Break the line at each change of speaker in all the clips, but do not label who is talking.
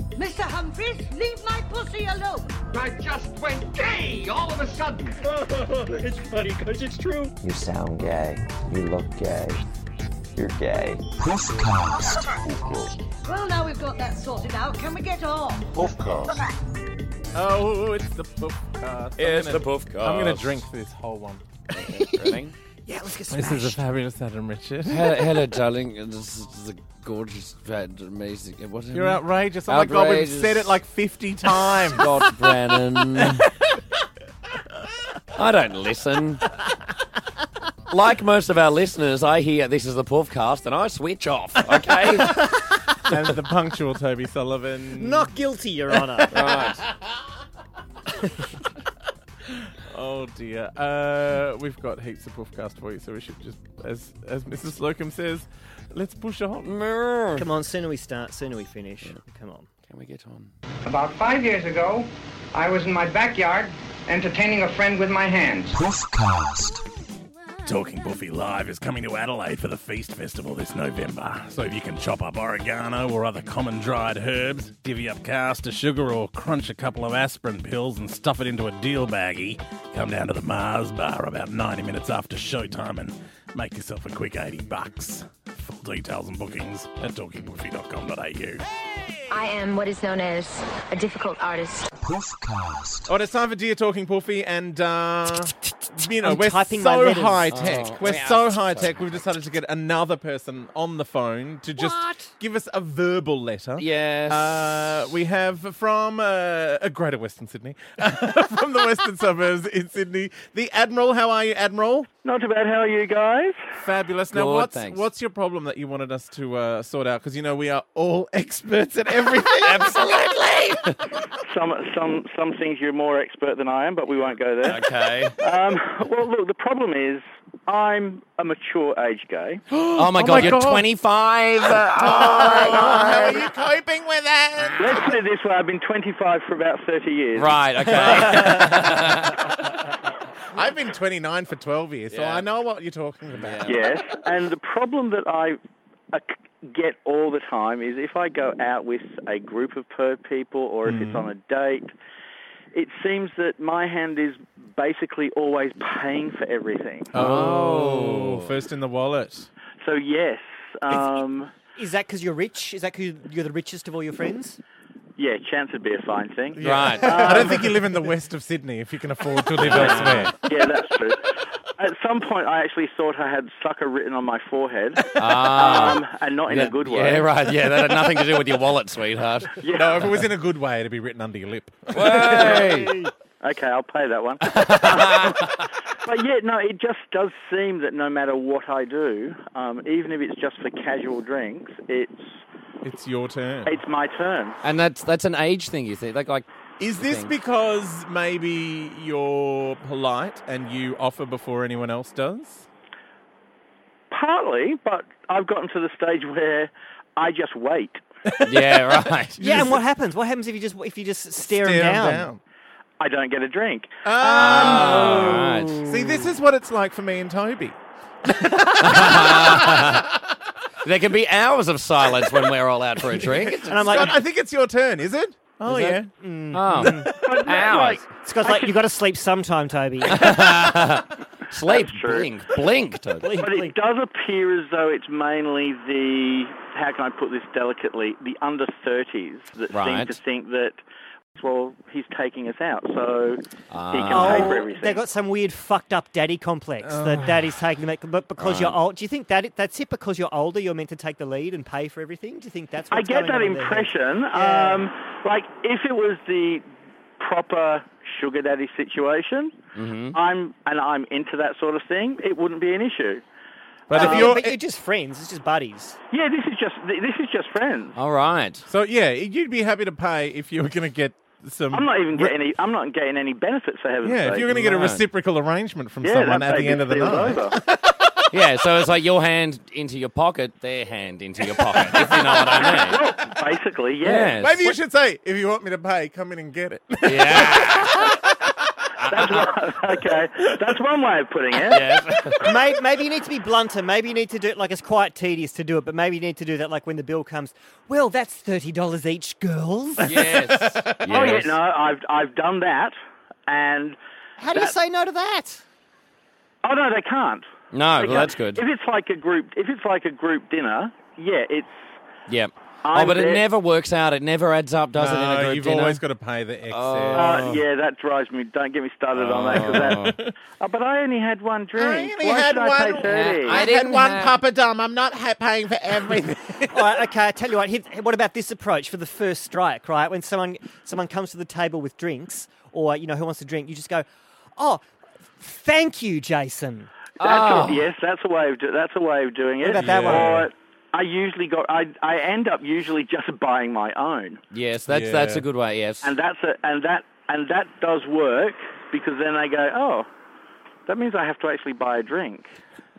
Mr. Humphreys, leave my pussy alone.
I just went gay all of a sudden.
it's funny because it's true.
You sound gay. You look gay. You're gay.
Puffcast.
Well, now we've got that sorted out, can we get on?
Puffcast.
Oh, it's the poof. cast. I'm
It's
gonna-
the puff
I'm going
cast.
to drink this whole one.
Running.
Yeah, let's get This is a fabulous Adam Richard.
Hello, hello, darling. This is the gorgeous, bad, amazing. uh, What
You're
Mm-hmm.
outrageous. Oh my god, we've
Outrageous.
said it like 50 times.
God, Brennan. I don't listen. Like most of our listeners, I hear this is the podcast and I switch off. Okay,
and the punctual Toby Sullivan.
Not guilty, Your Honor.
Oh dear. Uh, we've got heaps of podcast for you, so we should just, as as Mrs. Slocum says, let's push on.
can
Come on, sooner we start, sooner we finish. Come on.
we get on?
About five years ago, I was in my backyard entertaining a friend with my hands.
Puffcast.
Talking Buffy Live is coming to Adelaide for the Feast Festival this November. So if you can chop up oregano or other common dried herbs, divvy up caster sugar, or crunch a couple of aspirin pills and stuff it into a deal baggie, come down to the Mars Bar about 90 minutes after showtime and make yourself a quick 80 bucks. Full details and bookings at talkingbuffy.com.au.
I am what is known as a difficult artist.
Puffcast.
Oh, and it's time for Dear Talking Poofy, and uh, you know
I'm
we're
typing my
so
letters.
high tech.
Oh,
we're
yeah.
so high tech. We've decided to get another person on the phone to just
What?
give us a verbal letter.
Yes.
Uh, we have from uh, uh, Greater Western Sydney, from the western suburbs in Sydney, the Admiral. How are you, Admiral?
Not too bad, how are you guys?
Fabulous. Now,
Good,
what's
thanks.
what's your problem that you wanted us to uh, sort out? Because you know we are all experts at everything. Absolutely.
Some, some, some things you're more expert than I am, but we won't go there.
Okay.
Um, well, look, the problem is I'm a mature age gay.
Oh my god, you're 25.
How are you coping with it?
Let's put it this way, I've been 25 for about 30 years.
right. Okay.
I've been 29 for 12 years, so
Yeah.
I know what you're talking about.
Yes, and the problem that I uh, get all the time is if I go out with a group of per people or if
Mm.
it's on a date, it seems that my hand is basically always paying for everything.
Uh,
Oh, first in the wallet.
So yes, um,
Is that because you're rich? Is that because you're the richest of all your friends?
yeah, chance would be a fine thing.
Right.
I don't think you live in the west of Sydney if you can afford to live elsewhere.
Yeah, that's true. At some point, I actually thought I had sucker written on my forehead,
Ah.
um, and not in a good way.
Yeah, right. Yeah, that had nothing to do with your wallet, sweetheart.
Yeah.
No, if it was in a good way, it'd be written under your lip.
Hey.
Okay, I'll pay that one. but yeah, no, it just does seem that no matter what I do, um, even if it's just for casual drinks, it's
It's your turn.
it's my turn.
And that's that's an age thing, you think? Like, like
Is this
thing.
because maybe you're polite and you offer before anyone else does?
Partly, but I've gotten to the stage where I just wait.
yeah, right.
Yeah, and what happens? What happens if you just if you just stare,
Stare 'em
down?
I don't get a drink.
Ah.
Oh, right.
See, this is what it's like for me and Toby.
There can be hours of silence when we're all out for a drink.
And I'm like,
God, I think it's your turn, is it? Oh,
Is
yeah.
it?
Um,
Oh,
But
Hours.
Scott's like, you got to sleep sometime, Toby.
sleep,
That's true.
blink, blink. Toby.
but it does appear as though it's mainly the how can I put this delicately the under thirties that
Right.
seem to think that well he's taking us out so he can
Ah.
pay for
Oh,
everything.
they got some weird fucked up daddy complex that daddy's taking them. But because you're old, do you think that that's it? Because you're older, you're meant to take the lead and pay for everything. Do you think that's? What's
I
going
get that
on in their head?
impression.
Yeah.
Um, like, if it was the proper sugar daddy situation,
Mm-hmm.
I'm and I'm into that sort of thing. It wouldn't be an issue.
But
Yeah,
if you're.
Um,
eh,
but you're just friends. It's just buddies.
Yeah, this is just this is just friends.
Um,
All right.
so, yeah, you'd be happy to pay if you were going to get some.
I'm not even getting any. I'm not getting any benefits for heaven's
yeah,
sake.
if you're going to get a
Right.
reciprocal arrangement from
yeah,
someone
that
at the end of the
basically
night.
was over.
Yeah, so it's like your hand into your pocket, their hand into your pocket, if you know what I mean.
basically, yeah.
Yes.
Maybe you should say, if you want me to pay, come in and get it.
Yeah.
That's one, okay, that's one way of putting it.
maybe, maybe you need to be blunter. Maybe you need to do it like it's quite tedious to do it, but maybe you need to do that like when the bill comes. Well, that's thirty dollars each, girls.
Yes.
Oh yeah, no, I've I've done that, and
How do you say no to that?
oh no, they can't.
No,
They
well, that's
can't.
good.
If it's like a group, if it's like a group dinner, yeah, it's
Yeah.
I'm
oh, but it
dead.
never works out. It never adds up, does it? In a
No,
group
Uh, you've
dinner? Oh.
always got to pay the excess.
uh, yeah, that drives me. Don't get me started on that. 'cause that oh, but I only had one drink.
I only
Why
had
should I
one-
pay thirty?
I
I
didn't
had one
have-
papadom. I'm not ha- paying for everything.
All right, okay, I tell you what. Here, what about this approach for the first strike? Right, when someone someone comes to the table with drinks, or you know who wants to drink, you just go, "Oh, thank you, Jason."
That's
Oh.
a, yes, that's a way of do, that's a way of doing it.
about that one?
Or I usually got I I end up usually just buying my own,
Yes, that's that's
Yeah.
a good way. Yes.
and that's a, and that and that does work because then they go oh. That means I have to actually buy a drink.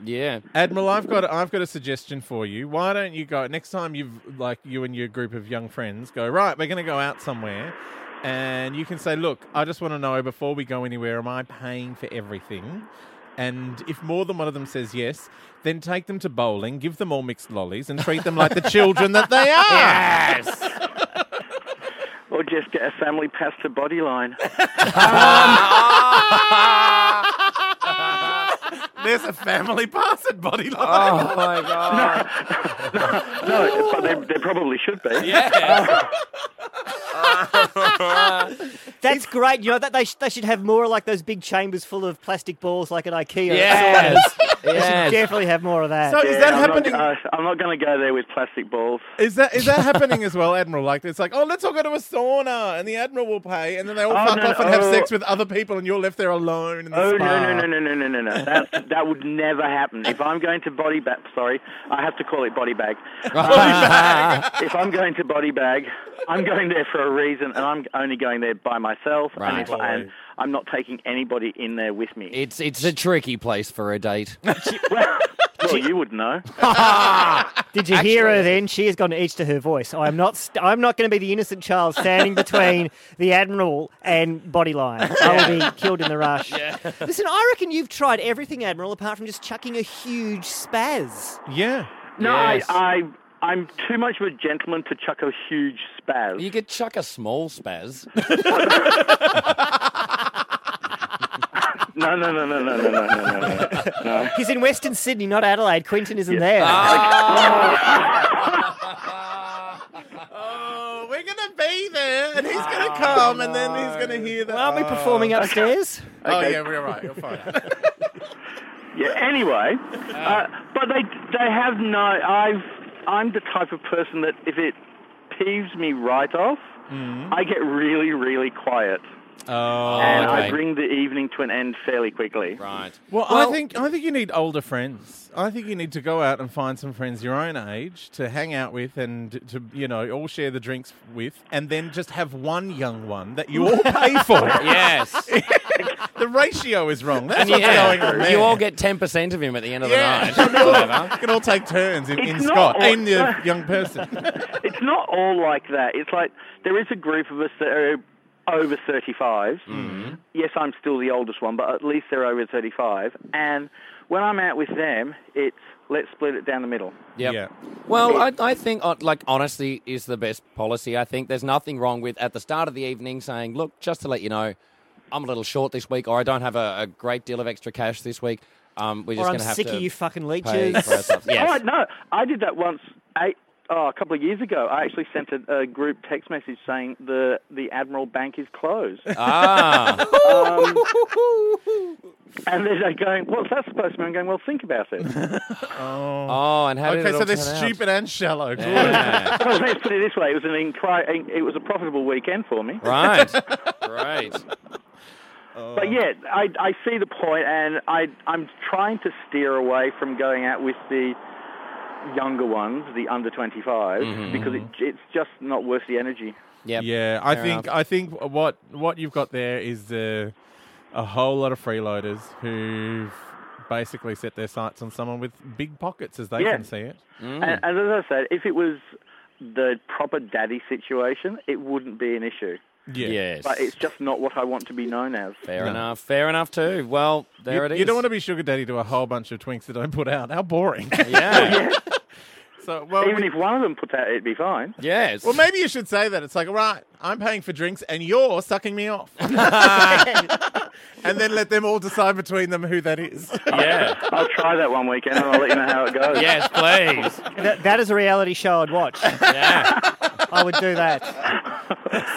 yeah.
Admiral, I've got I've got a suggestion for you. Why don't you go next time you've like you and your group of young friends go right? We're going to go out somewhere, and you can say, "Look, I just want to know before we go anywhere, am I paying for everything?" And if more than one of them says yes, then take them to bowling, give them all mixed lollies, and treat them like the children that they are.
Or just get a family pasta body line.
There's a family pass at Body Line.
Oh my god.
No, but there, there probably should be.
That's great. You know that they, sh- they should have more like those big chambers full of plastic balls, like at IKEA.
Yes.
They should
yes.
definitely have more of that.
So
Yeah,
is that
I'm
happening?
Not, uh, I'm not going to go there with plastic balls.
Is that is that happening as well, Admiral? Like it's like, oh, let's all go to a sauna, and the Admiral will pay, and then they all
Oh,
fuck
no,
off and have
oh.
sex with other people, and you're left there alone in the
Oh
spa.
no no no no no no no no! That that would never happen. If I'm going to body bag, sorry, I have to call it body bag. if I'm going to body bag, I'm going there for a reason, and I'm only going there by myself, and,
Right.
if, and I'm not taking anybody in there with me.
It's it's a tricky place for a date.
well, well, you would know.
Did you hear her? Then she has gone each to her voice. I am not. St- I'm not going to be the innocent child standing between the admiral and bodyline. I will be killed in the rush. Listen, I reckon you've tried everything, admiral, apart from just chucking a huge spaz.
Yeah.
No,
Yes.
I, I I'm too much of a gentleman to chuck a huge spaz.
You could chuck a small spaz.
No no no no no no no no no. no.
He's in Western Sydney, not Adelaide. Quentin isn't there.
Ah.
Oh, we're gonna be there, and he's gonna come, and then he's gonna hear that.
Aren't we performing upstairs?
Oh yeah, we're all right. You're fine.
Yeah. Anyway,
Ah.
uh, but they they have no. I've I'm the type of person that if it peeves me right off,
Mm.
I get really really quiet,
oh.
and
okay.
I bring the evening to an end fairly quickly.
Right.
Well, I think I think you need older friends. I think you need to go out and find some friends your own age to hang out with and to you know all share the drinks with, and then just have one young one that you all pay for.
Yes.
The ratio is wrong. That's what's
yeah.
going on. there.
You all get ten percent of him at the end of
yeah.
the night.
you can all take turns in, in
It's not
Scott
all-
in the young person.
It's not all like that. It's like there is a group of us that are over 35.
Mm-hmm.
mm Yes, I'm still the oldest one, but at least they're over 35. And when I'm out with them, it's let's split it down the middle.
Yep.
Yeah.
Well, I, I think uh, like honesty is the best policy. I think there's nothing wrong with at the start of the evening saying, "Look, just to let you know, I'm a little short this week, or I don't have a, a great deal of extra cash this week. Um, we're just
Or I'm
going to have
sick
to
of you fucking
pay
leeches.
for ourselves."
Oh,
Yes.
no, I did that once eight, oh, a couple of years ago. I actually sent a, a group text message saying the the Admiral Bank is closed,
ah.
and then they're going, "What's that supposed to mean?" I'm going, "Well, think about it."
Oh, and how did
Okay,
it
so
all
they're
turn out?
stupid and shallow. Good.
Yeah.
well, let's put it this way: it was an incri- it was a profitable weekend for me.
right. Right.
But yeah, I, I see the point, and I I'm trying to steer away from going out with the younger ones, the under 25,
Mm-hmm.
because it, it's just not worth the energy.
Yep.
Yeah, I
Fair
think I think what what you've got there is uh, a whole lot of freeloaders who've basically set their sights on someone with big pockets, as they
Yeah.
can see it.
And, and as I said, if it was the proper daddy situation, it wouldn't be an issue.
Yeah.
Yes.
but it's just not what I want to be known as.
Fair
No.
enough. Fair enough too. Well, there
you,
it is.
you don't want to be sugar daddy to a whole bunch of twinks that don't put out. How boring.
Yeah.
so, well,
Even
we-
if one of them put out, it'd be fine.
yes.
well, maybe you should say that. It's like, all right, I'm paying for drinks and you're sucking me off. and then let them all decide between them who that is.
Yeah.
I'll try that one weekend and I'll let you know how it goes.
yes, please.
That, that is a reality show I'd watch.
Yeah.
I would do that.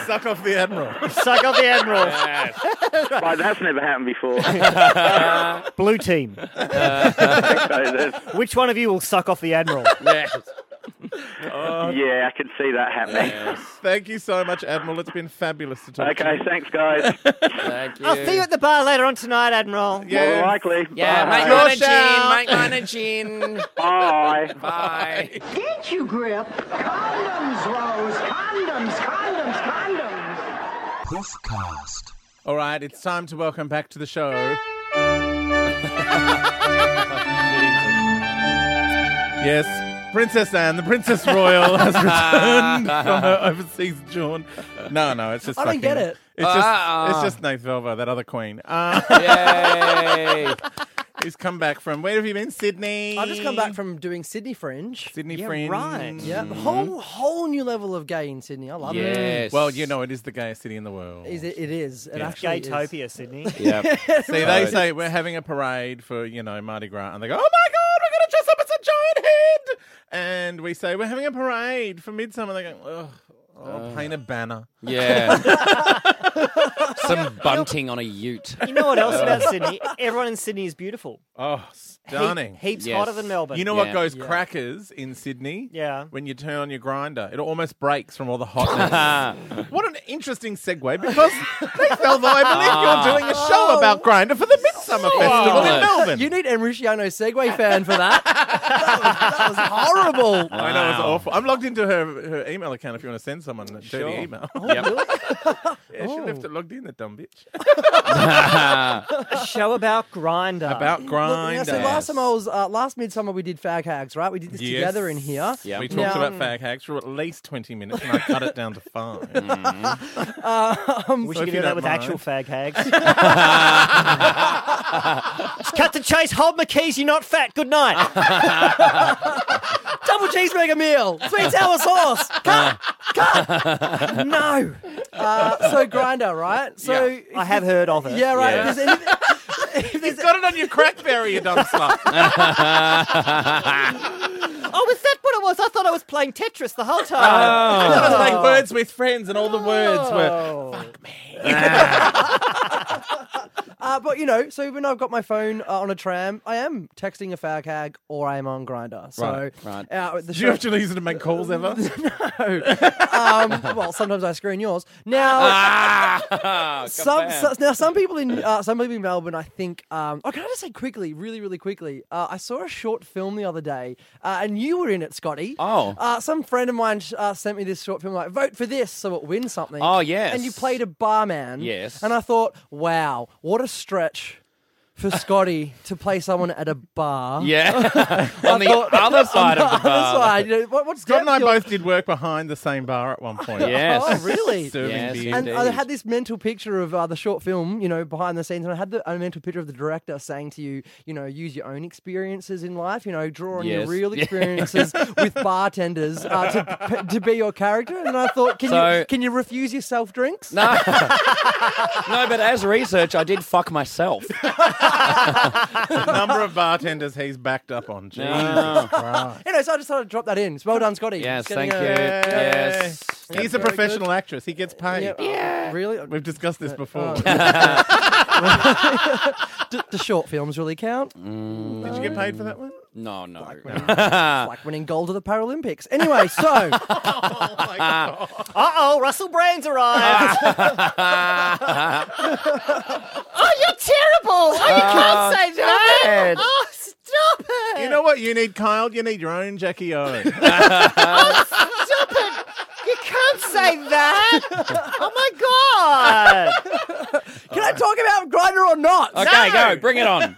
Suck off the Admiral.
Suck up the Admiral.
Yes.
Like, that's never happened before.
Blue team.
So that's-
Which one of you will suck off the Admiral?
Yes.
yeah, I can see that happening.
Thank you so much, Admiral. It's been fabulous to talk to
Okay,
you.
thanks, guys.
Thank you.
I'll see you at the bar later on tonight, Admiral.
More
Yeah.
likely.
Yeah,
Bye.
make mine a
Rochelle.
gin. Make mine a gin.
Bye.
Bye.
Didn't you, Grip? Condoms, Rose. Condoms, condoms, condoms.
Hoofcast.
All right, it's time to welcome back to the show. Yes, Princess Anne, the Princess Royal, has returned from her overseas jaunt. No, no, it's just.
I don't get
fucking-
it. Uh-uh.
It's just,
Ah.
it's just Nate Velvo, that other queen. Uh,
Yay.
he's come back from. Where have you been? Sydney.
I've just come back from doing Sydney Fringe.
Sydney
Yeah,
Fringe.
right.
Yeah, whole whole new level of gay in Sydney. I love
Yes.
Well, you know, it is the gayest city in the world.
it. Is it, it is. It actually is.
Gaytopia, Sydney.
Yep.
See, they say we're having a parade for, you know, Mardi Gras, and they go, oh my God, we're going to dress up as a giant head. And we say, we're having a parade for Midsummer. They go, ugh, oh, paint a banner.
Yeah. Some bunting on a ute.
You know what else about Sydney? Everyone in Sydney is beautiful.
Oh,
He-
stunning.
heaps
Yes.
hotter than Melbourne.
you know
Yeah.
what goes crackers in Sydney?
Yeah.
When you turn on your grinder, it almost breaks from all the hotness. what an interesting segue because, Nick Falvo, I believe you're doing a show about grinder for the Midsummer Festival in
Solid.
Melbourne.
You need Enrichiano Segway fan for that. that, was, that was horrible.
I know it's
Wow.
awful. I'm logged into her her email account if you want to send someone a dirty email. yeah, she left it logged in, the dumb bitch.
a show about grinder.
About
Look, now,
grinder.
so last time I was uh, last midsummer we did fag hags, right? We did this
Yes.
together in here.
Yeah.
We
Now-
talked about fag hacks for at least 20 minutes and I cut it down to five.
we
so
should
if
do
you
that
don't
with
mind.
actual fag hags. Just cut to chase. Hold my keys. You're not fat. Good night.
Double cheeseburger meal, sweet sour sauce. Cut, cut. No. Uh, so grinder, right? So
I have heard of it.
yeah, right.
Yeah.
If there's any- if there's-
He's got it on your crackberry, you dumb slut.
Oh, is that what it was? I thought I was playing Tetris the whole time.
I was playing words with friends and all the words were.
Oh. uh, but you know, so when I've got my phone uh, on a tram, I am texting a fag hag or I am on grinder. So
Right,
right.
Uh, the
Did you
show,
actually use it to make calls ever?
um, well, sometimes I screen yours.
Uh,
Now,
Ah,
some, so- now some people in uh, some people in Melbourne, I think. Um, oh, can I just say quickly, really, really quickly? Uh, I saw a short film the other day, uh, and you were in it, Scotty.
Oh.
uh, some friend of mine uh, sent me this short film. Like, vote for this so it wins something.
Oh, yes.
and you played a barman.
Yes.
and I thought, wow, what a stretch. For Scotty to play someone at a bar,
yeah. on the
thought-
other side of the
Other
bar.
side, you know, what, what's
Scott and I
your-
both did work behind the same bar at one point.
Yes.
Oh, really?
Serving
Yes,
beer.
And I
Indeed.
had this mental picture of uh, the short film, you know, behind the scenes, and I had the, a mental picture of the director saying to you, you know, use your own experiences in life, you know, draw on
Yes.
your real
Yeah.
experiences with bartenders uh, to, to be your character. And I thought, can
So-
you can you refuse yourself drinks?
No. no, but as research, I did fuck myself.
the number of bartenders he's backed up on. Jesus
No.
Christ.
Anyway, so I just thought I'd drop that in. So well done, Scotty.
Yes,
It's getting uh,
thank you.
a-
Yes.
He's a professional actress. He gets paid.
Yeah. Oh, Really?
We've discussed this before.
D- do short films really count?
Did you get paid for that one?
No, no.
It's like winning gold at the Paralympics. Anyway, so Oh
Uh oh, Russell Brand's arrived. oh, you're terrible. Oh, you can't say that. Oh, stop it.
You know what you need, Kyle? You need your own Jackie O.
Stop it! You can't say that! Oh my god!
can I talk about Grinder or not?
Okay, go. Bring it on.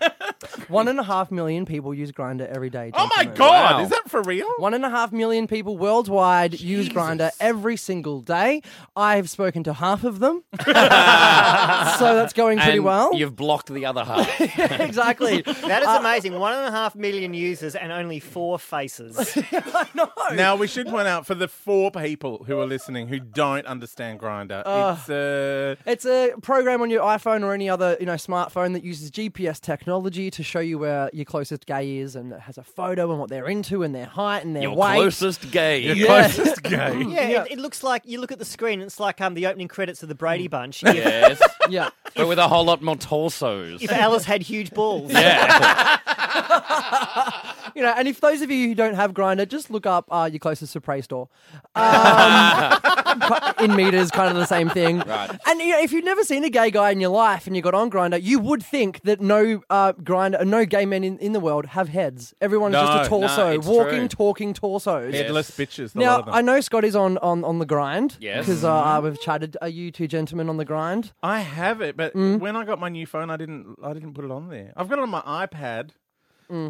One and a half million people use Grinder every day.
Oh my
gentlemen.
god, is that for real?
One and a half million people worldwide use Grinder every single day. I've spoken to half of them, so that's going pretty
And
well.
You've blocked the other half.
exactly. Uh,
That is amazing. One and a half million users and only four faces.
Now we should point out for the four people who are listening who don't understand Grinder, it's uh,
It's a program on your iPhone or any other, you know, smartphone that uses GPS technology to show you where your closest gay is, and it has a photo and what they're into and their height and their
Your
weight.
closest gay.
your
Yeah.
closest gay.
Yeah, It, it looks like you look at the screen. It's like um, the opening credits of the Brady Bunch. If,
Yes.
Yeah.
but with a whole lot more torsos.
if Alice had huge balls.
Yeah.
You know, and if those of you who don't have Grinder, just look up uh, your closest Supre store. Um, in meters, kind of the same thing.
Right.
And you know, if you've never seen a gay guy in your life and you got on Grinder, you would think that no uh, Grinder, no gay men in, in the world have heads. Everyone's
No,
just a
no,
torso,
it's true.
walking, talking torsos.
Headless bitches. the lot
Now
of them. Mm-hmm.
I know Scotty's on on on the grind.
Yes.
because uh, uh, we've chatted. Are you two gentlemen on the grind?
I have it, but when I got my new phone, I didn't. I didn't put it on there. I've got it on my iPad,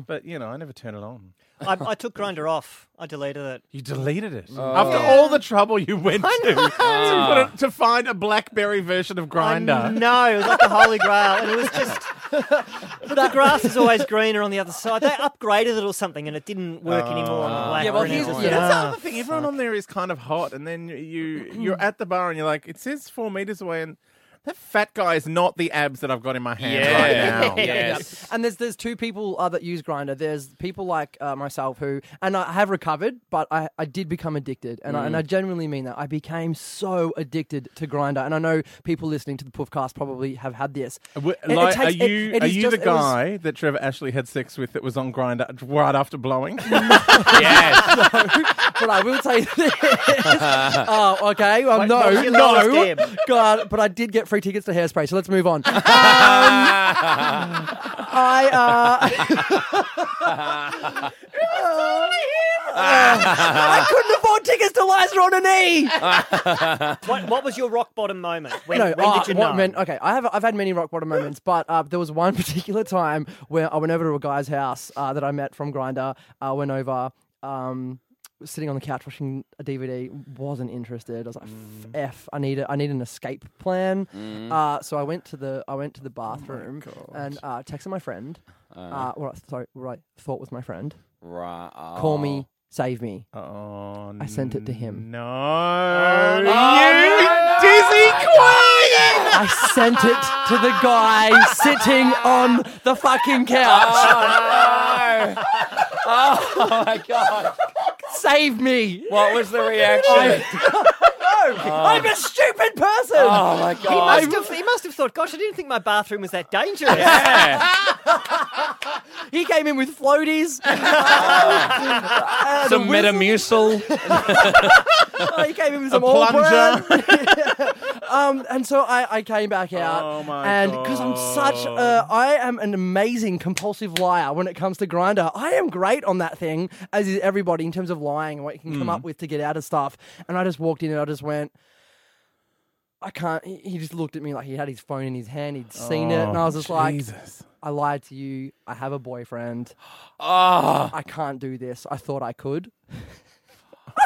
but you know, I never turn it on.
I, I took Grinder off. I deleted it.
You deleted it after all the trouble you went to to, put it, to find a BlackBerry version of
I
Grinder.
know. It was like the Holy Grail, and it was just. But the grass is always greener on the other side. They upgraded it or something, and it didn't work
Oh.
anymore. On the black
Yeah, well,
and it
here's-
was
yeah.
like,
That's the
ah,
other thing. Everyone on there is kind of hot, and then you you're at the bar and you're like, it says four meters away, and that fat guy is not the abs that I've got in my hand right now.
Yes.
And there's there's two people uh, that use Grinder. There's people like uh, myself who, and I have recovered, but I, I did become addicted, and I, and I
Mm.
genuinely mean that. I became so addicted to Grinder, and I know people listening to the Puffcast probably have had this.
W-
It- it
Uh, Like,
takes-
are
it-
you
it
are
is
you
just-
the
it was-
guy that Trevor Ashley had sex with that was on Grinder right after blowing?
yes.
but I will tell you this. oh, okay. Well,
Wait,
no,
what was your last
no.
game?
God, but I did get free tickets to Hairspray, so let's move on. Um, I, uh... Uh, I couldn't afford tickets to Liza on a knee.
what, what was your rock bottom moment? When,
no,
when
uh,
did you
what
know?
meant- okay, I have I've had many rock bottom moments, but uh, there was one particular time where I went over to a guy's house uh, that I met from Grinder. I went over. Um, was sitting on the couch watching a DVD, wasn't interested. I was like,
Mm.
"F, I need a, I need an escape plan." Uh, so I went to the I went to
Oh
the bathroom and uh, texted my friend. Uh, what I, sorry, what I thought was my friend.
Right.
Call me, save me.
Uh.
Oh,
I sent it to him.
No. you dizzy quiet!
I sent it to the guy sitting on the fucking couch.
Oh, no. oh my god.
Save me!
What was the reaction?
I'm a stupid person.
oh my
He
god.
must, have, he must have thought, gosh, I didn't think my bathroom was that dangerous.
Yeah.
He came in with floaties.
Some Metamucil.
Oh, he came in with some
A
all
plunger.
um, and so I, I came back out.
Oh my
and because I'm such, a, I am an amazing compulsive liar when it comes to grinder. I am great on that thing, as is everybody in terms of lying and what you can
Hmm.
come up with to get out of stuff. And I just walked in and I just went. I can't. He he just looked at me like he had his phone in his hand. He'd seen it, and I was just like,
Oh, Jesus.
"I lied to you. I have a boyfriend.
Ah.
Oh,
I can't do this. I thought I could. I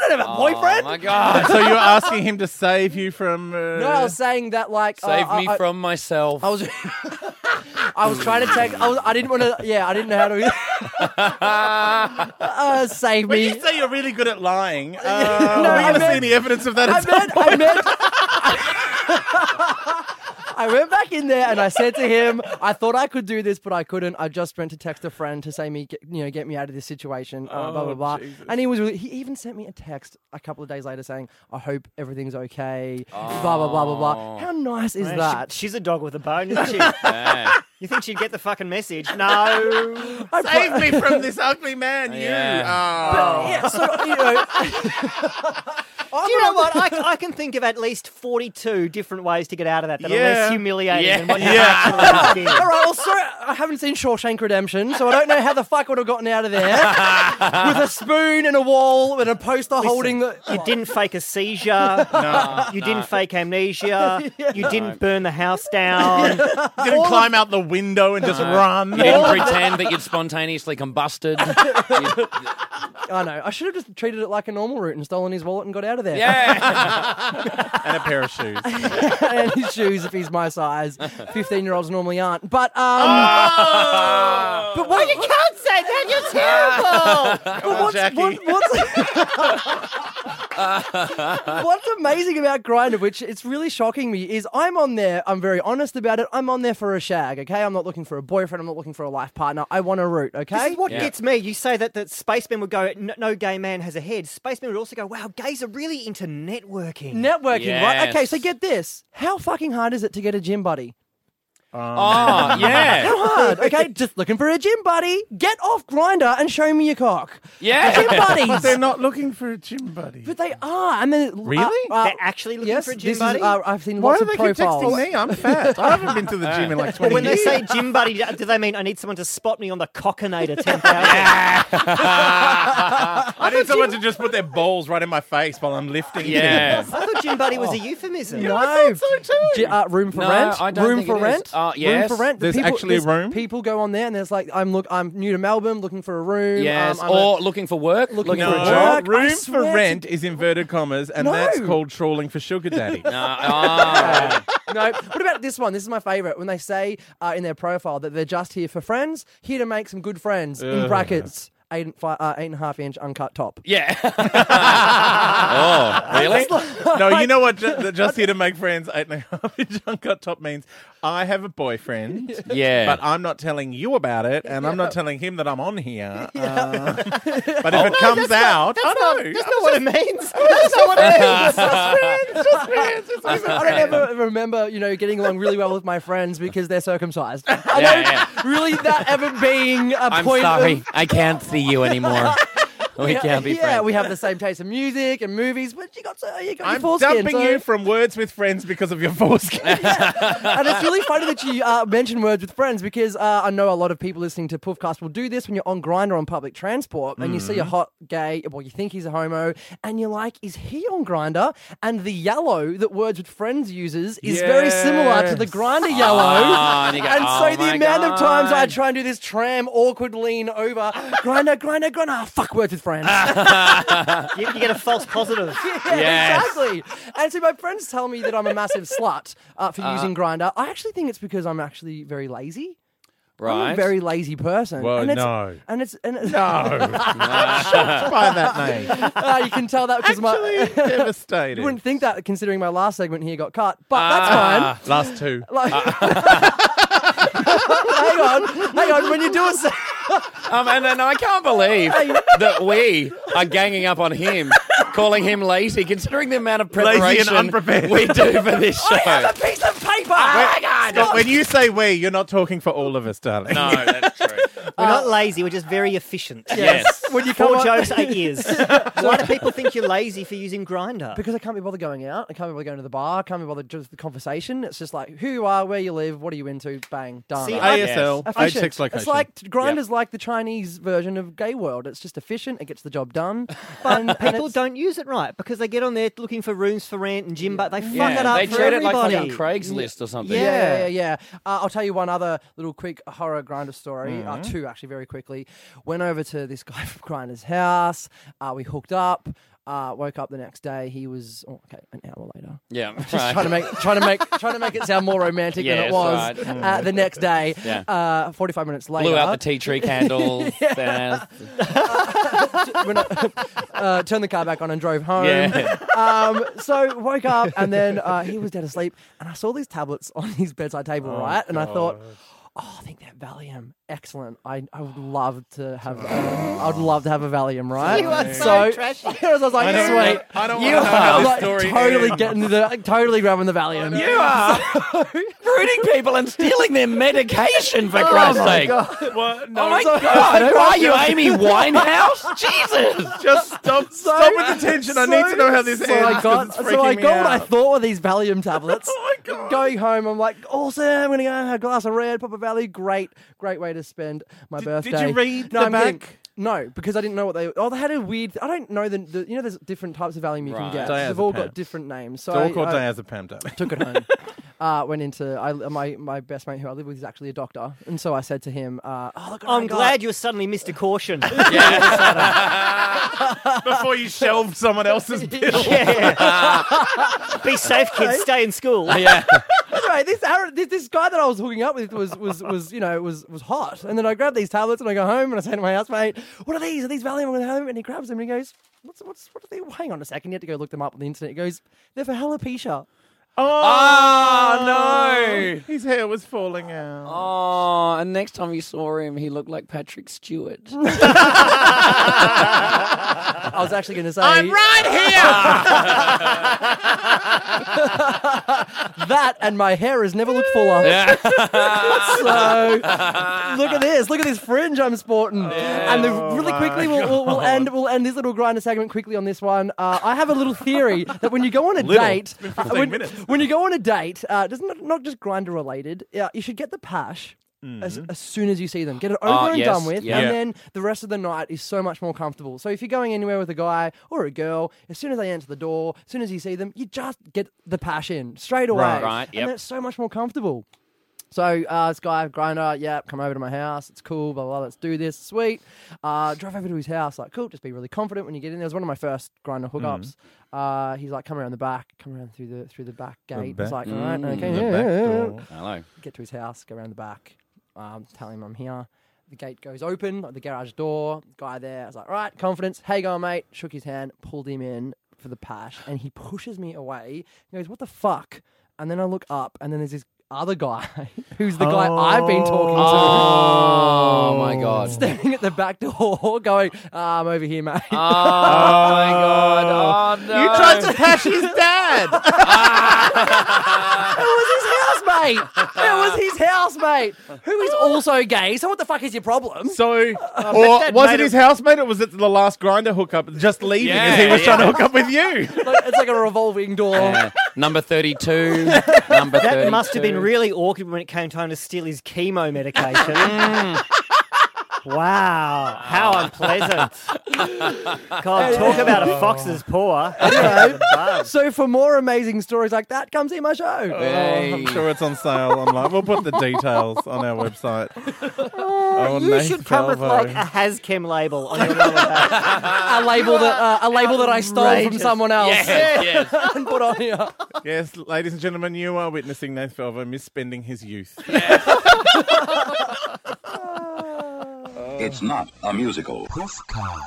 don't
Oh
have a boyfriend.
Oh my god.
so you're asking him to save you from. Uh,
No, I was saying that like uh,
Save
I-
me
I,
from myself.
I was. I was trying to take. I, was, I didn't want to. Yeah, I didn't know how to. uh, save
When
me.
you say you're really good at lying, uh,
No,
I
I
want to see
meant-
any evidence of that.
I
at all.
meant. I meant. I went back in there and I said to him, "I thought I could do this, but I couldn't. I just went to text a friend to say me, get, you know, get me out of this situation." Uh, blah
Oh,
blah blah.
Jesus.
And he was. Really, he even sent me a text a couple of days later saying, "I hope everything's okay." Blah blah blah blah
Oh.
blah. How nice is
Man, she-
that?
she's a dog with a bone, isn't she?
Yeah.
you think she'd get the fucking message? No.
I pro-
Save me from this ugly man, you.
Yeah.
Oh.
yeah, so you know,
Do you know what? I, I can think of at least 42 different ways to get out of that that are less
Yeah.
humiliating than what you
Yeah.
actually did.
All right, well, sorry, I haven't seen Shawshank Redemption, so I don't know how the fuck I would have gotten out of there with a spoon and a wall and a poster holding the.
You didn't fake a seizure.
No,
you
no.
didn't fake amnesia.
Yeah.
You didn't burn the house down.
You didn't climb out the window and just run.
You didn't
uh,
pretend that you'd spontaneously combusted.
I know. I should have just treated it like a normal route and stolen his wallet and got out of there.
and a pair of shoes.
and his shoes if he's my size. 15 year olds normally aren't. But, um.
Oh.
Oh.
But what?
you can't say that. You're terrible.
But
on,
what's,
Jackie.
what, what's, what's amazing about Grinder, which it's really shocking me, is I'm on there. I'm very honest about it. I'm on there for a shag. Okay, I'm not looking for a boyfriend. I'm not looking for a life partner. I want a root. Okay,
This is what gets me. You say that, that spacemen would go, "No- no gay man has a head. Spacemen would also go, wow, gays are really into networking.
Networking, right? Okay, so
Yes.
get this. How fucking hard is it to get a gym buddy?
Oh, yeah.
How hard? Okay, just looking for a gym buddy. Get off grinder and show me your cock.
Yeah.
Gym buddies.
They're not looking for a gym buddy.
But they are. And then uh,
Really?
They're actually looking
yes,
for a gym
this is,
buddy?
uh, I've seen
Why
lots
do
of
they keep
profiles.
texting me? I'm fat. I haven't been to the gym in like 20
when they
years.
say gym buddy, do do they mean I need someone to spot me on the cockinator 10,000?
I need someone to just put their balls right in my face while I'm lifting.
I thought gym buddy was a euphemism.
No. G- uh, room for
No,
rent.
I don't
room
think
for
it is.
rent.
Uh, yes.
Room for rent. The
There's actually
there's
room?
People go on there and there's like, I'm look, I'm new to Melbourne, looking for a room.
Yes,
um, I'm
or
a-
looking for work, looking,
No,
for a job.
I
room for
swear to-
rent is inverted commas, and
No.
that's called trawling for sugar daddy.
No, ah.
no. What about this one? This is my favorite. When they say uh, in their profile that they're just here for friends, here to make some good friends. In
Ugh.
brackets, eight and, fi- uh, eight and a half inch uncut top.
Yeah. oh, really?
no, you know what? Just, just here to make friends. Eight and a half inch uncut top means I have a boyfriend.
Yeah.
but I'm not telling you about it, and I'm not telling him that I'm on here. Uh, but if it comes out,
That's
I
not,
know.
that's not what it means. That's not what it means.
I don't ever remember, you know, getting along really well with my friends because they're circumcised. I
Yeah,
don't really that ever being a
I'm
point.
sorry.
Of,
I can't see you anymore. We can't be
yeah,
friends.
we have the same taste in music and movies, but you got so you got your
I'm
foreskin,
dumping
so-
you from words with friends because of your foreskin.
and it's really funny that you uh, mention words with friends because uh, I know a lot of people listening to Poofcast will do this when you're on Grinder on public transport and you see
Mm.
a hot gay, well, you think he's a homo, and you're like, is he on Grinder? And the yellow that words with friends uses is very similar to the
Yes.
Grinder yellow.
Ah, and you go,
so
"Oh
the
my
amount of times I
God."
try and do this tram awkward lean over, Grinder, Grinder, Grinder, ah, fuck words with friends.
You, you get a false positive.
Yeah,
Yes.
exactly. And so my friends tell me that I'm a massive slut uh, for
Uh,
using Grinder. I actually think it's because I'm actually very lazy. I'm a
Right.
very lazy person.
Well,
and it's,
no.
And it's and it's,
By that name,
Uh, you can tell that because my
devastated.
you wouldn't think that considering my last segment here got cut, but that's fine.
Last two.
Like, hang on, hang on. When you do a se-
Um, and then I can't believe that we are ganging up on him, calling him lazy, considering the amount of
Lazy and
preparation
unprepared. Oh
we do for this show.
I have a piece of paper.
Ah,
Oh
Scott, when you say we, you're not talking for all of us, darling.
no, that's true.
We're not lazy. We're just very efficient.
Yes.
When you come
Four
up-
jokes, eight years. Why do people think you're lazy for using Grinder?
Because I can't be bothered going out. I can't be bothered going to the bar. I can't be bothered just the conversation. It's just like who you are, where you live, what are you into, bang, done.
See, I-
ASL,
Efficient.
age, sex, location.
It's like Grinder's like the Chinese version of Gay World. It's just efficient. It gets the job done. And, and
People
it's-
don't use it right because they get on there looking for rooms for rent and gym, but they fuck
Yeah,
it up
they
for
treat it like
everybody.
fucking Craigslist or something.
Yeah, yeah, yeah. yeah. Uh, I'll tell you one other little quick horror grinder story. Uh,
Mm-hmm.
two, actually, very quickly. Went over to this guy from Grinder's house. Uh, we hooked up. Uh, woke up the next day. He was oh, okay. An hour later.
Yeah,
Just
right.
trying to make trying to make trying to make it sound more romantic than
Yes,
it was.
right. Mm.
Uh, the next day,
Yeah.
uh, forty five minutes later,
Blew out the tea tree candle. yeah.
when I- uh, turned the car back on and drove home.
Yeah.
Um, so woke up and then uh, he was dead asleep, and I saw these tablets on his bedside table, right? And I thought, oh, I think they're Valium. excellent. I, I would love to have. uh, I would love to have a Valium, right?
You are so trashy.
I was like,
I don't
sweet.
wanna- I don't
you
wanna know how
are
this
like,
story
totally
ends.
getting the, like, totally grabbing the Valium.
You are ruining people and stealing their medication for
Oh
Christ's
my
sake.
God.
oh my
sorry.
God! Who are you,
Sorry.
Amy Winehouse? Jesus!
Just stop, stop with the tension. I need to know how this
so
ends.
I
'cause
got,
it's
so
freaking
I
me
got what I
out. Oh
thought were these Valium tablets. Going home, I'm like, awesome, I'm going to go have a glass of red, pop a Valley. Great, great way to spend my birthday.
did you read
no,
the
I'm kidding.
back?
No, because I didn't know what they. Oh, they had a weird. I don't know the. the you know, there's different types of Valium you
Right.
can get.
Diazepam.
They've all got different names. So
They're all
I-
called
I-
diazepam tablets.
Took it home. Uh, went into I, my my best mate who I live with is actually a doctor, and so I said to him, uh, "Oh look,
I'm
I got-
glad you're suddenly Mr. Caution.
Before you shelved someone else's pill.
Be safe, kids. Stay in school.
Yeah.
Anyway, this, Aaron, this this guy that I was hooking up with was was was you know was was hot, and then I grabbed these tablets and I go home and I say to my housemate, "What are these? Are these Valium?" I'm going to have them, and he grabs them and he goes, "What's what's what are they? Hang on a second, you had to go look them up on the internet." He goes, "They're for alopecia."
Oh no!
His hair was falling out.
Oh, and next time you saw him, he looked like Patrick Stewart.
I was actually going to say
right here.
that, and my hair has never looked fuller. so look at this. Look at this fringe I'm sporting. and the,
Oh
really quickly, we'll, we'll, we'll end we'll end this little grinder segment quickly on this one. Uh, I have a little theory that when you go on a
Little.
date,
It's been
uh,
15
when,
minutes.
when you go on a date, uh, does not not just grinder related. Uh, you should get the pash.
Mm-hmm.
As, as soon as you see them, get it over
Ah,
and
yes,
done with,
yeah.
and
Yeah.
then the rest of the night is so much more comfortable. So if you're going anywhere with a guy or a girl, as soon as they enter the door, as soon as you see them, you just get the pash in straight away,
Right, right,
and
yep.
that's so much more comfortable. So uh, this guy, grinder, yeah, come over to my house. It's cool, blah, blah, let's do this. Sweet. Uh, drive over to his house, like, cool, just be really confident when you get in. There was one of my first grinder hookups. Uh, he's like, come around the back, come around through the through the back gate.
back- Hmm,
It's like, all right, okay,
The
yeah,
back
yeah, yeah."
door.
Hello.
Get to his house, go around the back, um, tell him I'm here. The gate goes open, like the garage door, guy there. I was like, all right, confidence. Hey, go, mate. Shook his hand, pulled him in for the pash, and he pushes me away. He goes, what the fuck? And then I look up, and then there's this other guy who's the guy I've been talking to.
Oh my God.
Standing at the back door, going, ah, "I'm over here, mate."
Oh my God. Oh no.
You tried to hash his dad.
it was his housemate. It was his housemate, who is also gay. So what the fuck is your problem?
so, or
that
was
made
it
it-
his housemate or was it the last grinder hookup just leaving
Yeah,
as he was
yeah.
trying to hook up with you?
Like, it's like a revolving door.
Yeah. Number 32. Number 32.
That must have been really awkward when it came time to steal his chemo medication.
Mm.
wow, how
Ah.
unpleasant. God, talk about a fox's paw. Buzz.
So for more amazing stories like that, come see my show.
Oh, I'm sure it's on sale online. We'll put the details on our website. Oh,
you
Nathan
should come with
Salvo.
like a Hazchem label on your lower back.
A label that uh, a label that I stole from
Outrageous.
someone else
Yes, yes.
and put on here.
Yes, ladies and gentlemen, you are witnessing Nathan Felver misspending his youth.
It's not a musical.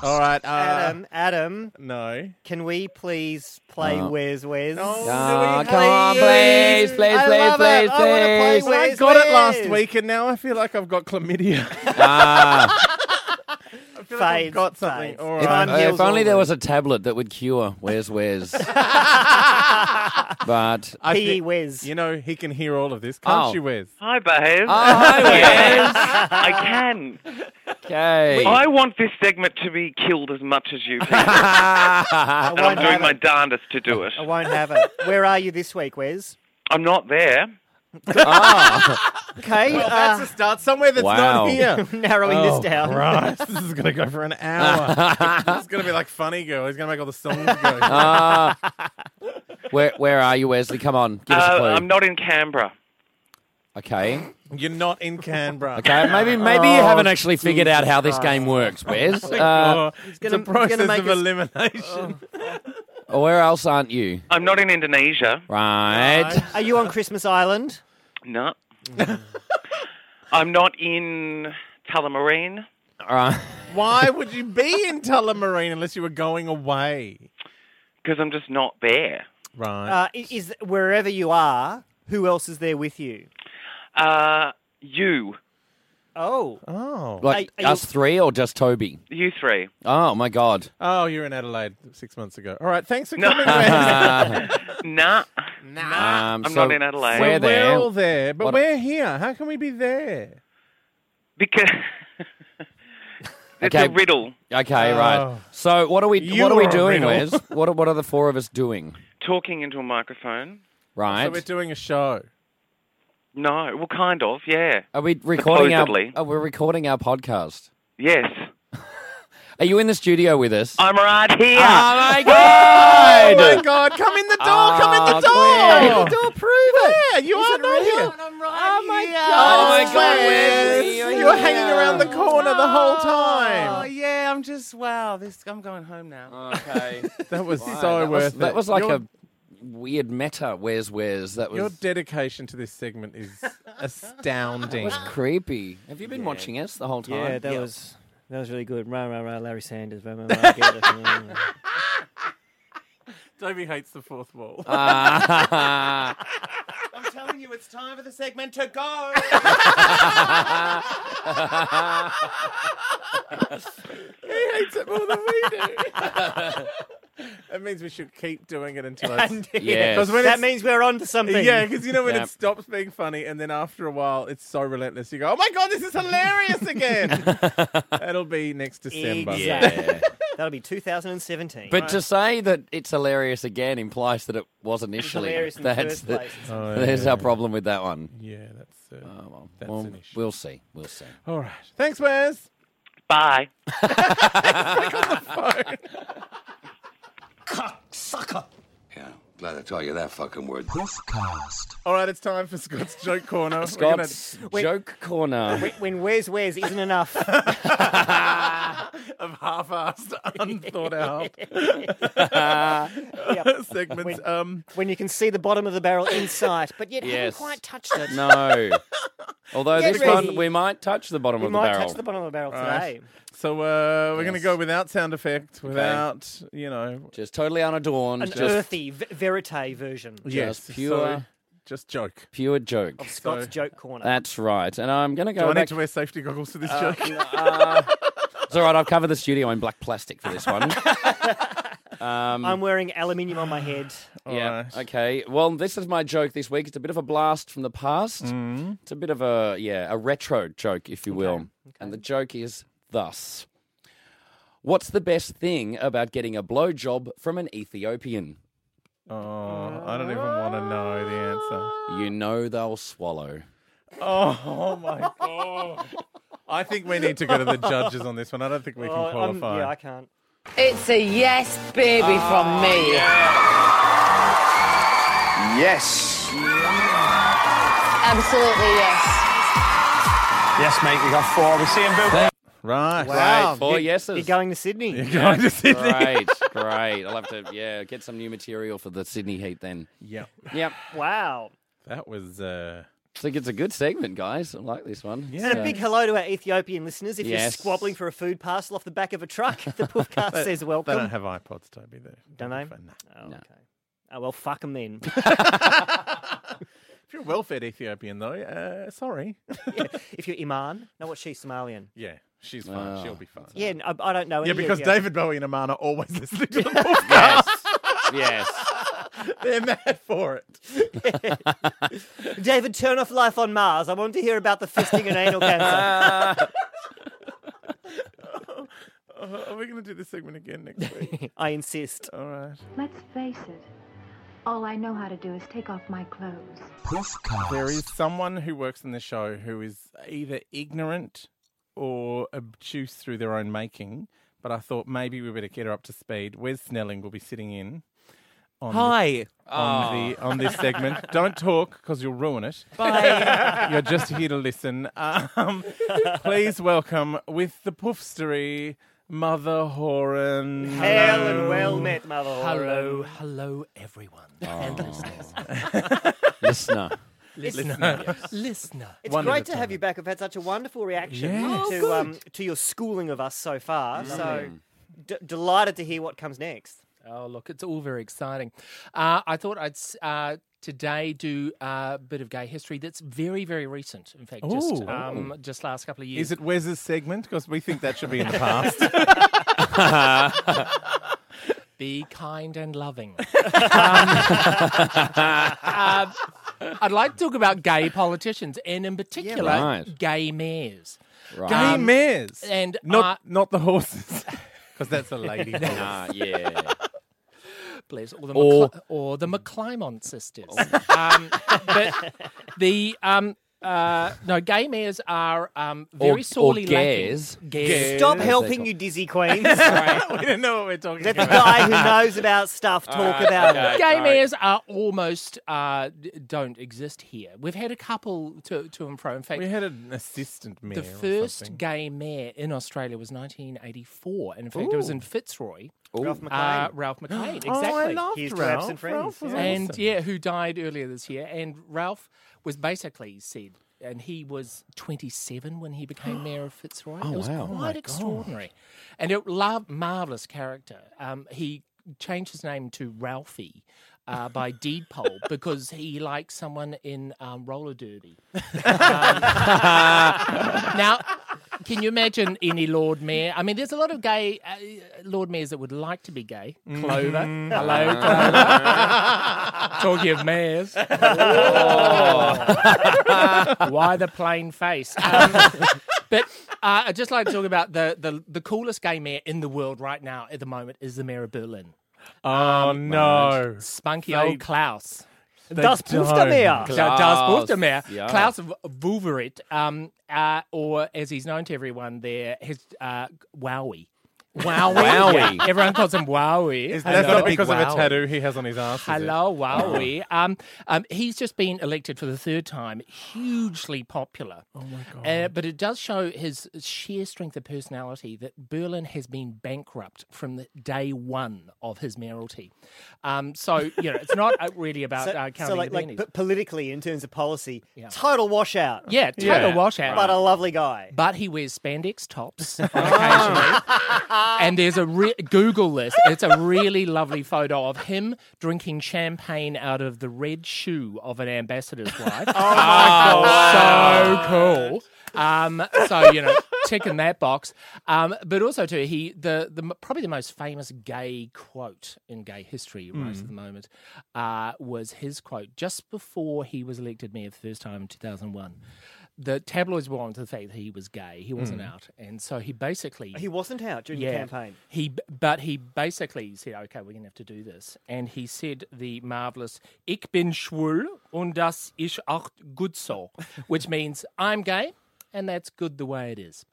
All right, uh,
Adam, Adam,
No.
can we please play Where's Where's?
Oh, come on, please, please,
I
please,
love it.
please,
I wanna play
please.
Where's
Well, I got it last week, and now I feel like I've got chlamydia.
Ah,
Fades,
I've got something.
fades.
All
if,
right.
Time heals
Uh, if only
all
there was
wounds.
a tablet that would cure where's where's. but
I
P.E.
thi-
Wes.
You know, he can hear all of this, can't
Oh.
you, Wes?
Hi, Babe.
hi, Wes.
I can.
Okay.
I want this segment to be killed as much as you can. and I'm doing my darndest to do it.
I won't have it. Where are you this week, Wes?
I'm not there.
Okay,
That's a start. Somewhere that's
Wow.
not here.
uh, Ah. narrowing this down.
Right. Oh, this is going to go for an hour. it's going to be like Funny Girl. He's going to make all the songs go.
Ah. where where are you, Wesley? Come on, give us a
Uh,
clue.
I'm not in Canberra.
Okay,
You're not in Canberra.
okay. Maybe maybe you haven't actually figured out how this game works, Wes. Uh,
Oh,
gonna-
it's
he's
a
gonna
process
make
of
us-
elimination.
Uh, where else aren't you?
I'm not in Indonesia.
Right.
Are you on Christmas Island?
No. I'm not in Tullamarine.
Right.
Why would you be in Tullamarine unless you were going away?
Because I'm just not there.
Right.
Uh, i- is wherever you are, who else is there with you?
Uh, you.
Oh.
Oh.
Like
Are- are
us three or just Toby?
You three.
Oh my god.
Oh, you were in Adelaide six months ago. All right, thanks for
No.
coming. Wes.
Nah.
Nah.
Um,
Ah, I'm
so
not in Adelaide.
we're
So
there.
We're all there, but
What-
we're here. How can we be there?
Because it's
Okay.
a riddle.
Okay,
Oh.
right. So what are we?
You
what are
are
we
a
doing,
riddle.
Wes? What are, what are the four of us doing?
Talking into a microphone.
Right?
So we're doing a show.
No. Well, kind of. Yeah.
are we recording
Supposedly.
our? Oh, we're recording our podcast.
Yes.
Are you in the studio with us?
I'm right here.
Oh my
Oh
god!
my God! Come in the door! come in the door!
Oh,
Don't prove it.
Yeah, you are not here.
I'm right oh my
Oh my God,
Wes,
Wes, you're
you were hanging
here.
around the corner the whole time.
yeah. I'm just wow. This. I'm going home now.
Okay.
That was
Wow,
Oh so
Oh, that
worth
was,
it.
That was like
your,
a weird meta. Where's where's that was.
your dedication to this segment is
that
astounding.
was creepy. Have you been watching us the whole time?
Yeah, that was that was really good. Rah rah rah, Larry Sanders. Rah, rah, rah, get it. Mm.
Toby hates the fourth wall.
Ah.
I'm telling you, it's time for the segment to go.
he hates it more than we do. that means we should keep doing it until I.
Yes.
'Cause when
that
it's-
means we're on to something.
Yeah, because you know when
Yeah.
it stops being funny, and then after a while, it's so relentless. You go, "Oh my god, this is hilarious again." That'll be next December.
Exactly.
yeah.
that'll be 2017.
But to say that it's hilarious again implies that it was initially.
hilarious in the
That's
first
the-
place.
Oh,
There's
yeah.
our problem with that one.
Yeah, that's. Uh,
Oh, well,
That's
we'll,
an issue. Oh,
we'll see. We'll see.
all right. Thanks, Wes.
Bye.
Yeah, glad I taught you that fucking word.
Cast. All right, it's time for Scott's joke corner. We're gonna-
Scott's joke corner.
when, when where's where's isn't enough.
of half-assed, unthought out segments. Um,
when you can see the bottom of the barrel in sight, but yet
Yes.
haven't quite touched it.
no. Although
Get
this
ready.
one, we might touch the bottom
We
of the
might
barrel.
touch the bottom of the barrel
right.
today.
So uh, we're going to
Yes.
go without sound effect, without you know,
Just totally unadorned.
An
just
earthy, v- verite version of
yes,
pure-
so just joke.
pure joke.
Scott's
So-
joke corner.
That's right. And I'm going to
Do
go
I need
back.
to wear safety goggles for this joke?
Uh, it's all right. I've covered the studio in black plastic for this one. Um,
I'm wearing aluminium on my head.
yeah.
Alright.
Okay. Well, this is my joke this week. It's a bit of a blast from the past.
Mm-hmm.
It's a bit of a yeah, a retro joke, if you will. And the joke is thus: What's the best thing about getting a blowjob from an Ethiopian?
Oh, I don't even want to know the answer.
You know they'll swallow.
Oh, my god! I think we need to go to the judges on this one. I don't think we can
Oh, I'm-
qualify.
yeah, I can't.
It's a yes, baby, from me.
Yes.
Absolutely yes.
Yes, mate, we got four. We see him, Bill.
Right.
Great. Four
You're-
yeses.
You're going to Sydney.
You're going to Sydney.
Great, great. I'll have to yeah get some new material for the Sydney Heat then.
Yep.
Yep.
Wow.
That was uh
I think it's a good segment, guys. I like this one.
Yeah.
And a big hello to our Ethiopian listeners. If you're
Yes.
squabbling for a food parcel off the back of a truck, the podcast says
they don't
welcome.
have iPods, Toby there.
Don't they? Oh, okay. Oh, well, fuck them then.
If you're a well fed Ethiopian though, uh sorry.
if you're Iman, no, what? She's Somalian.
Yeah, she's fine. She'll be fine.
Yeah, I, I don't know.
Yeah,
any of
because
you.
David Bowie and Amana always listening to the podcast.
Yes. yes.
They're mad for it.
David, turn off life on Mars. I want to hear about the fisting and anal cancer.
Oh, are we going to do this segment again next week?
I insist.
All right.
Let's face it. All I know how to do is take off my clothes.
There is
Proofcast.
someone who works in the show who is either ignorant or obtuse through their own making, but I thought maybe we better get her up to speed. Wes Snelling will be sitting in on,
Hi.
on, the, on this segment. Don't talk because you'll ruin it.
Bye.
You're just here to listen. Um, please welcome with the poofstery, Mother Horan.
Hail and well met, Mother. Horan.
hello, hello, everyone. And listeners.
Listener.
Listener.
It's
One at
great
a
to have you back. I've had such a wonderful reaction
Oh,
Yes.
to um, to your schooling of us so far. So d- delighted to hear what comes next.
Oh, look, it's all very exciting. Uh, I thought I'd s- uh, today do a bit of gay history that's very, very recent. In fact, just
Ooh.
um, just last couple of years.
Is it Wes's segment? Because we think that should be in the past.
Be kind and loving. Um, uh, I'd like to talk about gay politicians and, in particular,
right.
gay mayors.
Right. Gay mayors?
Um, and
Not-
not the horses,
Because that's a lady horse.
Uh,
Nah, yeah.
Please, or the
Or-
McCl- or
Mm.
the McClymont sisters.
Oh.
um, but the um, uh, no, gay mayors are um, very sorely
gays.
lacking. Gays.
Stop helping you, dizzy queen.
Sorry.
we don't know what we're talking
Let
about.
the guy who knows about
Uh,
stuff talk about it.
Gay mayors are almost uh, d- don't exist here. We've had a couple to, to and fro. In fact,
We had an assistant mayor.
the
or
first
something.
gay mayor in Australia was 1984, and in fact, it was
Ooh.
in Fitzroy.
Ooh. Ralph
Uh,
McLean.
Ralph McLean, exactly.
Oh, I loved He used to have Ralph. some friends, Ralph was yeah.
and
awesome.
yeah, who died earlier this year. And Ralph was basically said, and he was 27 when he became mayor of Fitzroy.
Oh,
it was
wow. Oh, my
quite extraordinary. And a lo- marvellous character. Um, he changed his name to Ralphie. Uh, by deed poll because he likes someone in um, roller derby. Um, now, can you imagine any Lord Mayor? I mean, there's a lot of gay uh, Lord Mayors that would like to be gay.
Mm-hmm.
Clover.
Mm.
Hello, Clover. Talking of mayors.
Oh.
Why the plain face? Um, but uh, I'd just like to talk about the, the, the coolest gay mayor in the world right now at the moment is the mayor of Berlin.
Oh
Um,
no!
Spunky
They-
old Klaus.
They Das don't. Pustermeer.
Ja, Das Pustermeer.
Klaus, yeah.
Klaus V- Wowereit, um, uh, or as he's known to everyone there, his uh, Wowie. Wowie.
Wowie.
Yeah, Everyone calls him Wowie.
Is
Hello,
that not
big
because of a
Wowie.
tattoo he has on his ass? is it?
Hello, Wowie. Um, um, he's just been elected for the third time, hugely popular. Oh my god! Uh, but it does show his sheer strength of personality that Berlin has been bankrupt from the day one of his mayoralty. Um, so you know, it's not uh, really about
So,
uh, counting
so like,
the
like
pennies.
p- politically, in terms of policy,
Yeah.
total washout.
Yeah, total Yeah. washout.
But a lovely guy.
But he wears spandex tops on occasionally.
Oh.
and there's a re- Google list. It's a really lovely photo of him drinking champagne out of the red shoe of an ambassador's wife. oh,
God.
so cool. Um, so you know, ticking that box. Um, but also too, he the the m- probably the most famous gay quote in gay history right
Mm.
at the moment uh, was his quote just before he was elected mayor for the first time in two thousand one. The tabloids were on to the fact that he was gay. He wasn't
Hmm.
Mm.
out, and so he basically
He wasn't out during the campaign.
he, b- but he basically said, "Okay, we're going to have to do this," and he said the marvelous "Ich bin schwul und das ist auch gut so," which means I'm gay and that's good the way it is.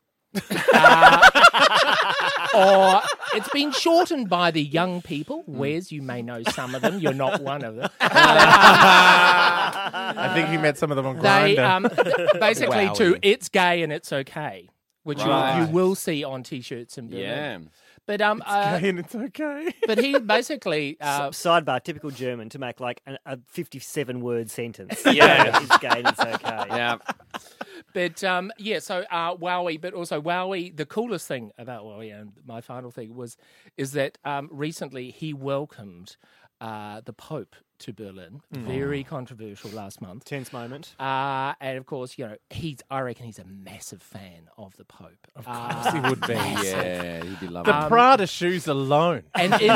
Uh, or it's been shortened by the young people.
Mm.
Where's you may know some of them. You're not one of them.
I think he met some of them on
uh, They
Grindr.
um, basically to it's gay and it's okay, which you,
Right.
you will see on t-shirts and Berlin. But um, uh,
gay and it's okay.
But he basically uh,
S- sidebar, typical German to make like an, a fifty-seven word sentence.
Yeah.
it's gay and it's okay.
Yeah.
But um, yeah, so uh, Wowie, but also Wowie. The coolest thing about Wowie, and my final thing was, is that um, recently he welcomed uh, the Pope to Berlin.
Mm.
Very controversial last month.
Tense moment.
Uh, and of course, you know, he's. I reckon he's a massive fan of the Pope. Of
course he would be. Yeah,
he'd be
the Prada shoes alone.
and in,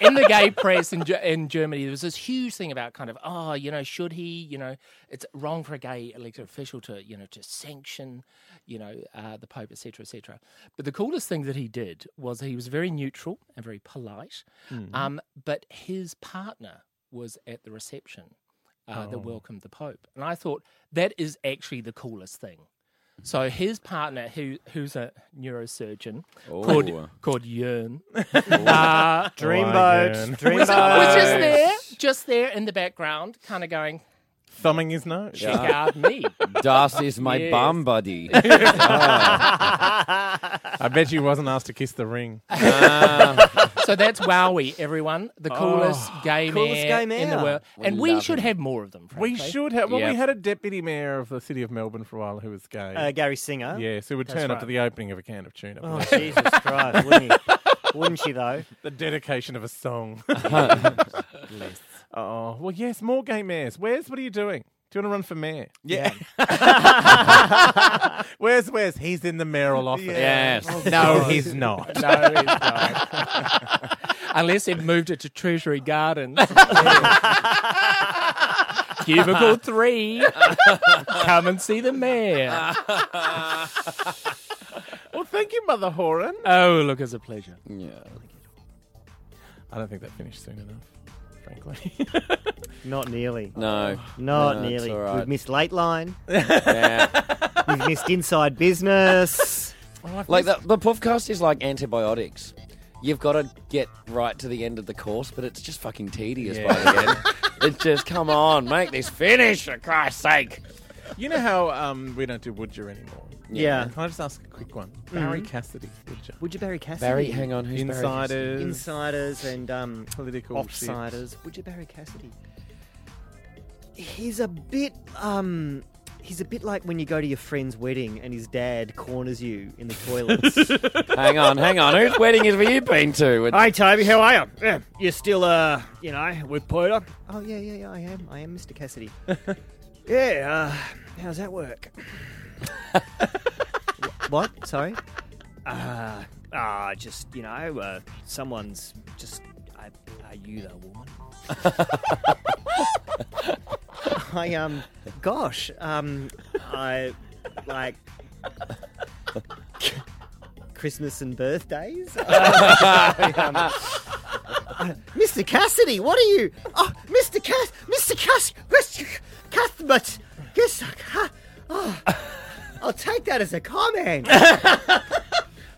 in the gay press in, Ge- in Germany, there was this huge thing about kind of, oh, you know, should he, you know, it's wrong for a gay elected official to, you know, to sanction, you know, uh, the Pope, etc., etc. But the coolest thing that he did was he was very neutral and very polite.
Mhm.
Um, but his partner was at the reception uh, that
Oh.
welcomed the Pope, and I thought that is actually the coolest thing. So his partner, who who's a neurosurgeon
Oh.
called called Yearn, uh,
Dreamboat, Oh, Yearn.
was, was just
Dreamboat.
there, just there in the background, kind of going,
Thumbing his nose.
check out me.
Das is my
Yes.
bum buddy.
I bet you wasn't asked to kiss the ring.
so that's Wowie, everyone, the coolest
Oh.
gay
Coolest
man
gay
in the
mayor.
world,
We
and we
love
should
him.
have more of them.
We
frankly.
should have. Well, we had a deputy mayor of the city of Melbourne for a while who was gay.
Uh, Gary Singer.
Yes, who would
That's
turn up
right.
to the opening of a can of tuna.
Oh, Jesus Christ, wouldn't he? Wouldn't she, though?
The dedication of a song.
Bless.
Oh, well, yes, more gay mayors. Where's, what are you doing? Do you want to run for mayor?
Yeah.
where's, where's? He's in the mayoral office.
Yes. Oh,
no,
God.
he's not.
No, he's not. Unless they've moved it to Treasury Gardens. Cubicle 3. Come and see the mayor.
well, thank you, Mother Horan.
Oh, look, it's a pleasure.
Yeah.
I don't think that finished soon enough, frankly.
Not nearly.
No.
Not
No, it's
nearly.
all right.
We've missed late line.
Yeah.
We've missed inside business.
like the, the podcast is like antibiotics. You've got to get right to the end of the course, but it's just fucking tedious by the end. it's just come on, make this finish for Christ's sake.
You know how um, we don't do Woodger anymore?
Yeah.
Can I just ask a quick one? Barry
Mhm.
Cassidy, Woodger.
Would you Barry Cassidy?
Barry, hang on, who's Barry
Insiders.
Insiders and um,
Political
offsiders. Would you Barry Cassidy? He's a bit um, he's a bit like when you go to your friend's wedding and his dad corners you in the toilets.
hang on, hang on. Whose wedding have you been to?
Hi, Toby. How are you? Yeah, you're still, uh, you know, with Peter. Oh yeah, yeah, yeah. I am. I am Mr. Cassidy. yeah. Uh, how's that work? Wh- what? Sorry. Uh, ah, just you know, uh, someone's just. Are, are you the woman? I um, gosh, um, I like Christmas and birthdays. Um, Mr. Cassidy, what are you? Oh, Mr. Cass, Mr. Cass, Mr. Cuthbert. Yes, I ca- oh, I'll take that as a comment.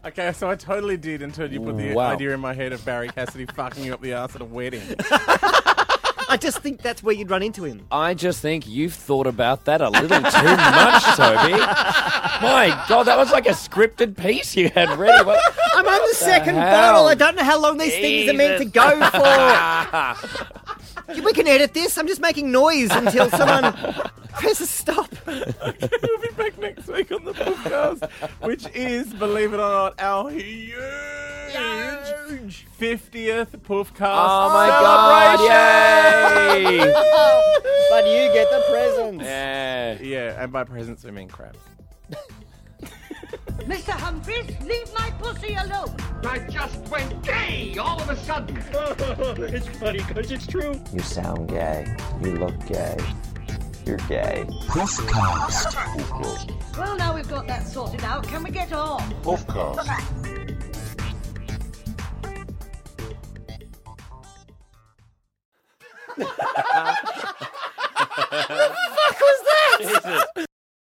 Okay, so I totally did until you put the
Wow.
idea in my head of Barry Cassidy fucking you up the ass at a wedding.
I just think that's where you'd run into him.
I just think you've thought about that a little too much, Toby. My God, that was like a scripted piece you had ready. What,
I'm on the second
hell?
bottle. I don't know how long these things are meant to go for. we can edit this. I'm just making noise until someone presses stop.
we'll be back next week on the podcast, which is, believe it or not, our huge fiftieth Poofcast
Oh my God,
celebration.
yay!
but you get the presents.
yeah.
Yeah, and by presents we mean crap.
Mr. Humphries, leave my pussy alone. I just went gay all of a sudden. it's funny because it's true.
You sound gay. You look gay. You're gay. Poofcast.
Well, now we've got that sorted out, can we get on?
Poofcast.
What the fuck was that?
Jesus